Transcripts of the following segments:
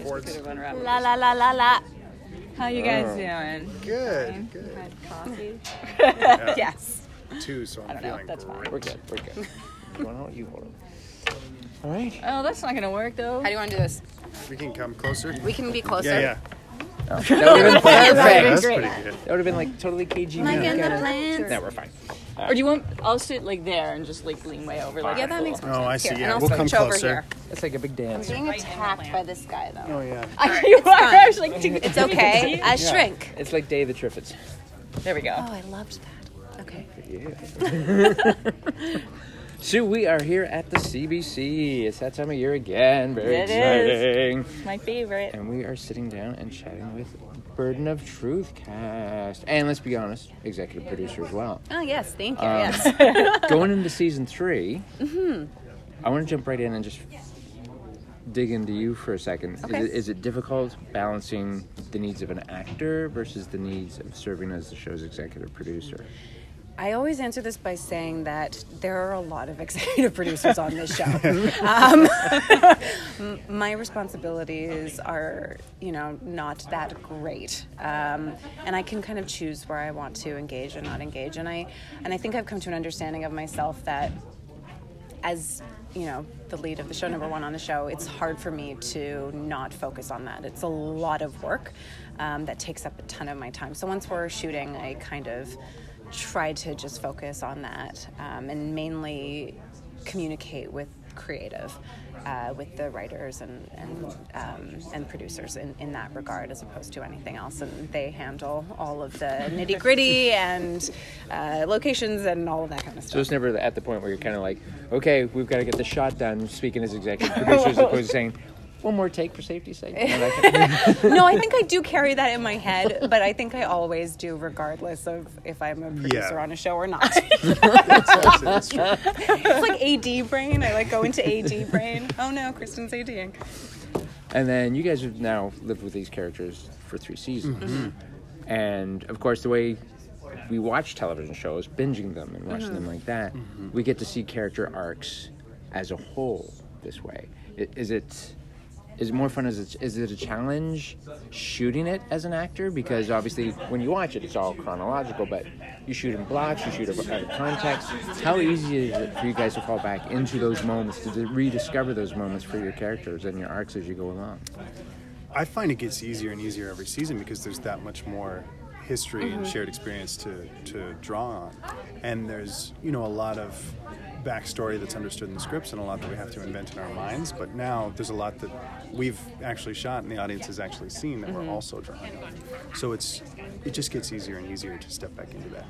awards. Could have run around. with Oh, La la la la la. How you guys Oh. doing? Good, good. Coffee. Yes. Two, so I'm don't know, feeling that's fine. great. We're good. We're good. you want out? You hold it. All right. Oh, that's not gonna work though. How do you want to do this? We can come closer. We can be closer. Yeah, yeah. That would have been fun. That's Perfect. pretty good. That would have been like totally KG. Like in the No, plants. we're fine. Or do you want? I'll sit like there and just like lean way over. Like Yeah, a that fool. makes more sense. Oh, I see. Here, Yeah, and I'll we'll come switch over closer. here. It's like a big dance. Being attacked by this guy though. Oh yeah. you are fine. actually like, It's okay. I shrink. It's like Day of the Triffids. There we go. Oh, I loved that. Okay. So we are here at the CBC. It's that time of year again. Very It is. exciting. It's my favorite. And we are sitting down and chatting with Burden of Truth cast. And let's be honest, executive producer as well. Oh yes, thank you. Uh, Um, yes. Going into season 3 I want to jump right in and just dig into you for a second. Okay. Is, it, is it difficult balancing the needs of an actor versus the needs of serving as the show's executive producer? I always answer this by saying that there are a lot of executive producers on this show. um, m- my responsibilities are, you know, not that great, um, and I can kind of choose where I want to engage and not engage. And I, and I think I've come to an understanding of myself that, as you know, the lead of the show, number one on the show, it's hard for me to not focus on that. It's a lot of work um, that takes up a ton of my time. So once we're shooting, I kind of try to just focus on that um, and mainly communicate with creative, uh, with the writers and and, um, and producers in, in that regard, as opposed to anything else. And they handle all of the nitty gritty and uh, locations and all of that kind of So stuff. it's never at the point where you're kind of like, okay, we've got to get the shot done, speaking as executive producer, as opposed to saying, one more take for safety's sake. You know, that kind of- no, I think I do carry that in my head, but I think I always do, regardless of if I'm a producer on a show or not. That's, that's true. it's like AD brain. I like go into AD brain. Oh no, Kristen's ADing. and then you guys have now lived with these characters for three seasons. And of course, the way we watch television shows, binging them and watching them like that, we get to see character arcs as a whole this way. I- Is it. Is it more fun? Is it, is it a challenge shooting it as an actor? Because obviously, when you watch it, it's all chronological, but you shoot in blocks, you shoot out of context. How easy is it for you guys to fall back into those moments, to rediscover those moments for your characters and your arcs as you go along? I find it gets easier and easier every season because there's that much more history and Mm-hmm. shared experience to, to draw on. And there's, you know, a lot of backstory that's understood in the scripts and a lot that we have to invent in our minds. But now there's a lot that we've actually shot and the audience has actually seen that Mm-hmm. we're also drawing on. So it's it just gets easier and easier to step back into that.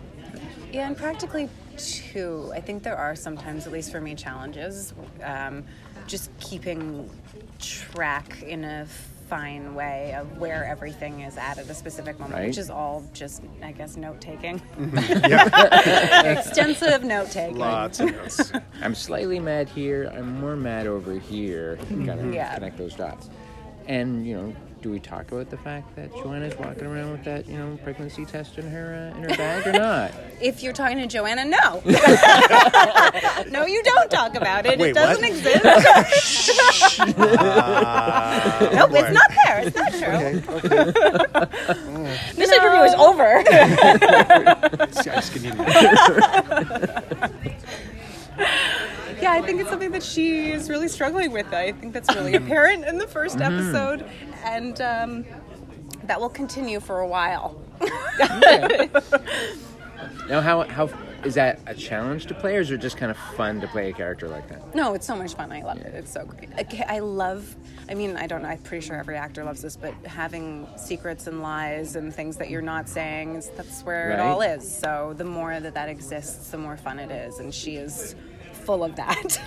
Yeah, and practically too. I think there are sometimes, at least for me, challenges. Um, just keeping track in a fine way of where everything is at at a specific moment, Right. which is all just, I guess, note taking, Mm-hmm. yeah, extensive note taking. lots of notes. I'm slightly mad here. I'm more mad over here. Gotta Mm-hmm. Yeah. connect those dots. And you know, do we talk about the fact that Joanna's walking around with that you know pregnancy test in her uh, in her bag or not? If you're talking to Joanna, no. no, you don't talk about it. Wait, it doesn't what? exist. Uh, nope, boy. it's not there. It's not true. This interview is over. I just can even- Yeah, I think it's something that she is really struggling with. I think that's really Mm-hmm. apparent in the 1st episode, and um, that will continue for a while. Now, how how is that a challenge to play, or is it just kind of fun to play a character like that? No, it's so much fun. I love it. It's so great. Okay, I love. I mean, I don't know. I'm pretty sure every actor loves this, but having secrets and lies and things that you're not saying, is- that's where Right. it all is. So the more that that exists, the more fun it is. And she is full of that.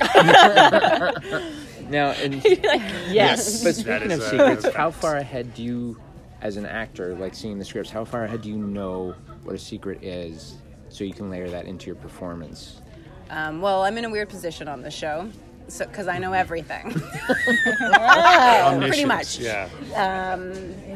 Now, and yes. but That speaking is of a- secrets, that's how facts. far ahead do you, as an actor, like seeing the scripts, how far ahead do you know what a secret is, so you can layer that into your performance? um, well, I'm in a weird position on the show. so because I know everything, pretty Omniscience, much. Yeah.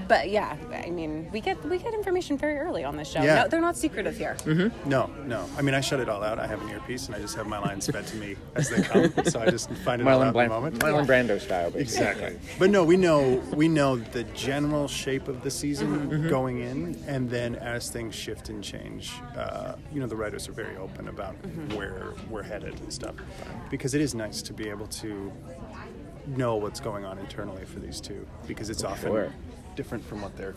But yeah, I mean, we get we get information very early on this show. Yeah. No, they're not secretive here. No, no. I mean, I shut it all out. I have an earpiece, and I just have my lines fed to me as they come. so I just find it all out in Marlon, the Blan- moment. Marlon Brando style, basically. Exactly. But no, we know we know the general shape of the season going in, and then as things shift and change, uh, you know, the writers are very open about where we're headed and stuff, because it is nice to be able to know what's going on internally for these two, because it's often sure. different from what they're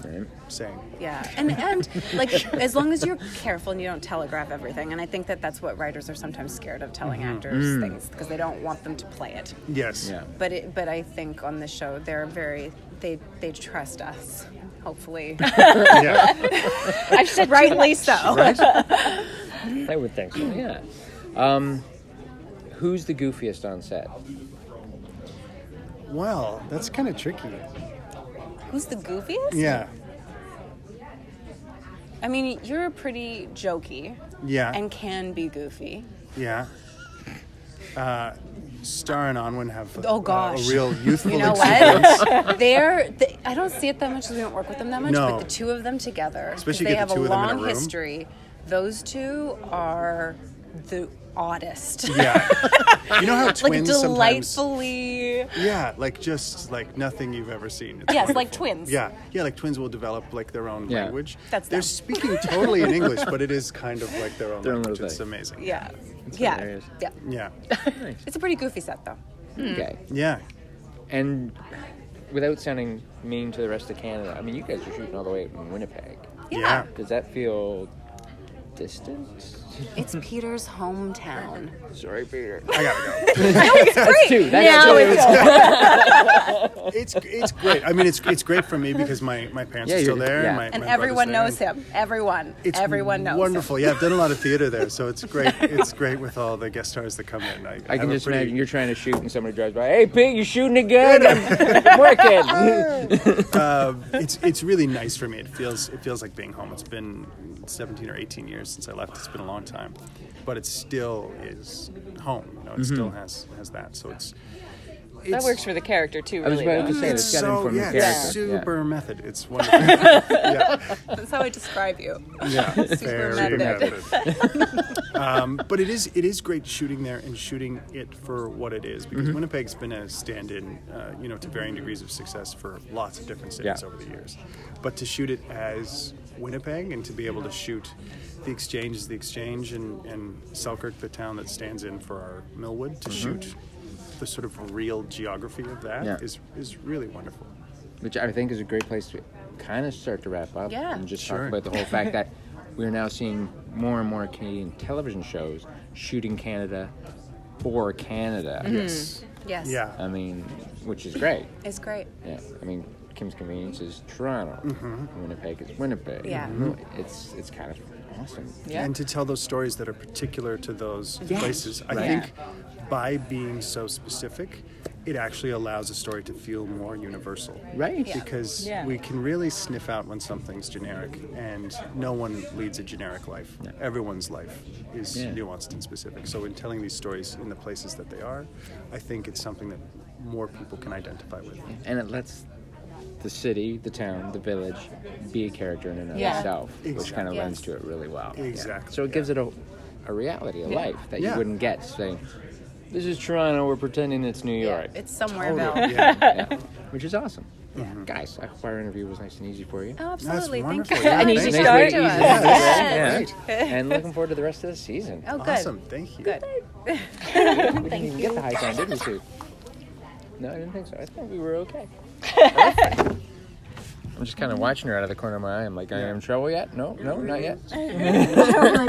saying. Yeah, and and like as long as you're careful and you don't telegraph everything, and I think that that's what writers are sometimes scared of telling actors things because they don't want them to play it. Yes. Yeah. But it, but I think on this show they're very they they trust us. Hopefully, yeah. I said rightly so. I would think so. Yeah. Um, who's the goofiest on set? Well, that's kind of tricky. Who's the goofiest? Yeah. I mean, you're pretty jokey Yeah. and can be goofy. Yeah. Uh, Star and Onwin have a- Oh, a gosh. real youthful You know experience. what? They're. They, I don't see it that much because we don't work with them that much. No. But the two of them together, 'cause Especially they get have the two a of them in a long room. history. Those two are the oddest. Yeah. You know how like twins sometimes delightfully. Yeah, like just like nothing you've ever seen. It's Yes, like wonderful. twins. Yeah. Yeah, like twins will develop like their own Yeah. language. That's They're them. speaking totally in English, but it is kind of like their own Their own language. little It's thing. amazing. Yeah. Yeah. hilarious. Yeah. Yeah. It's a pretty goofy set though. Okay. Yeah. And without sounding mean to the rest of Canada, I mean, you guys are shooting all the way in Winnipeg. Yeah. Does that feel distant? It's Peter's hometown. Sorry, Peter. I gotta go. That's two. That's Now two. it's It's it's great. I mean, it's it's great for me because my, my parents Yeah, are still you're- there. yeah. My, and my brother's everyone there, knows and him. Everyone. It's everyone knows. Wonderful. Yeah, I've done a lot of theater there, so it's great. It's great with all the guest stars that come in. I, I have can a just pretty- imagine you're trying to shoot and somebody drives by. Hey, Pete, you shooting again? I'm working. it's it's really nice for me. It feels it feels like being home. It's been 17 or 18 years since I left. It's been a long time, but it still is home. You know, it Mm-hmm. still has has that. So it's, it's That works for the character too, I was really. about to though. say It's this got in so from the yeah, character. it's Yeah. super method. It's wonderful. yeah, him. That's how I describe you. yeah, very method. um, but it is it is great shooting there and shooting it for what it is because Winnipeg's been a stand-in, uh, you know, to varying degrees of success for lots of different cities Yeah. over the years. But to shoot it as Winnipeg and to be able to shoot the exchange is the exchange and, and Selkirk, the town that stands in for our Millwood, to shoot the sort of real geography of that is Yeah. is really wonderful. which I think is a great place to kind of start to wrap up Yeah. and just Sure. talk about the whole fact that we're now seeing more and more Canadian television shows shooting Canada for Canada. Yes. Yes. Yeah. I mean, which is great. It's great. Yeah. I mean, Kim's Convenience is Toronto. Winnipeg is Winnipeg. Yeah. It's it's kind of awesome. Yeah. and to tell those stories that are particular to those Yes. places. I Right. think by being so specific, it actually allows a story to feel more universal. Right. Yeah. Because Yeah. we can really sniff out when something's generic, and no one leads a generic life. Everyone's life is Yeah. nuanced and specific. So, in telling these stories in the places that they are, I think it's something that more people can identify with. And it lets the city, the town, the village be a character in and of Yeah. itself, which Exactly. kind of lends Yes. to it really well. Yeah. Exactly, So it gives it a, a reality, a life that Yeah. you wouldn't get saying, this is Toronto, we're pretending it's New Yeah, York. It's somewhere Totally, about. yeah. Yeah. Which is awesome. Mm-hmm. Guys, I hope our interview was nice and easy for you. Oh, absolutely. Thank wonderful. you. Yeah, for An Nice easy reaching way- start out to easy us. way- Yes. yeah. And looking forward to the rest of the season. Oh, good. Awesome. Thank you. Good. we didn't even get the high time, did we, Sue? No, I didn't think so. I thought we were okay. I'm just kind of watching her out of the corner of my eye. I'm like, I am in trouble yet? No, no, not yet.